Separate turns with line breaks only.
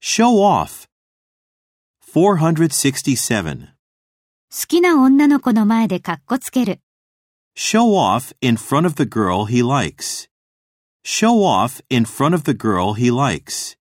Show off. 467.
好きな女の子の前でかっこつける。
Show off in front of the girl he likes. Show off in front of the girl he likes.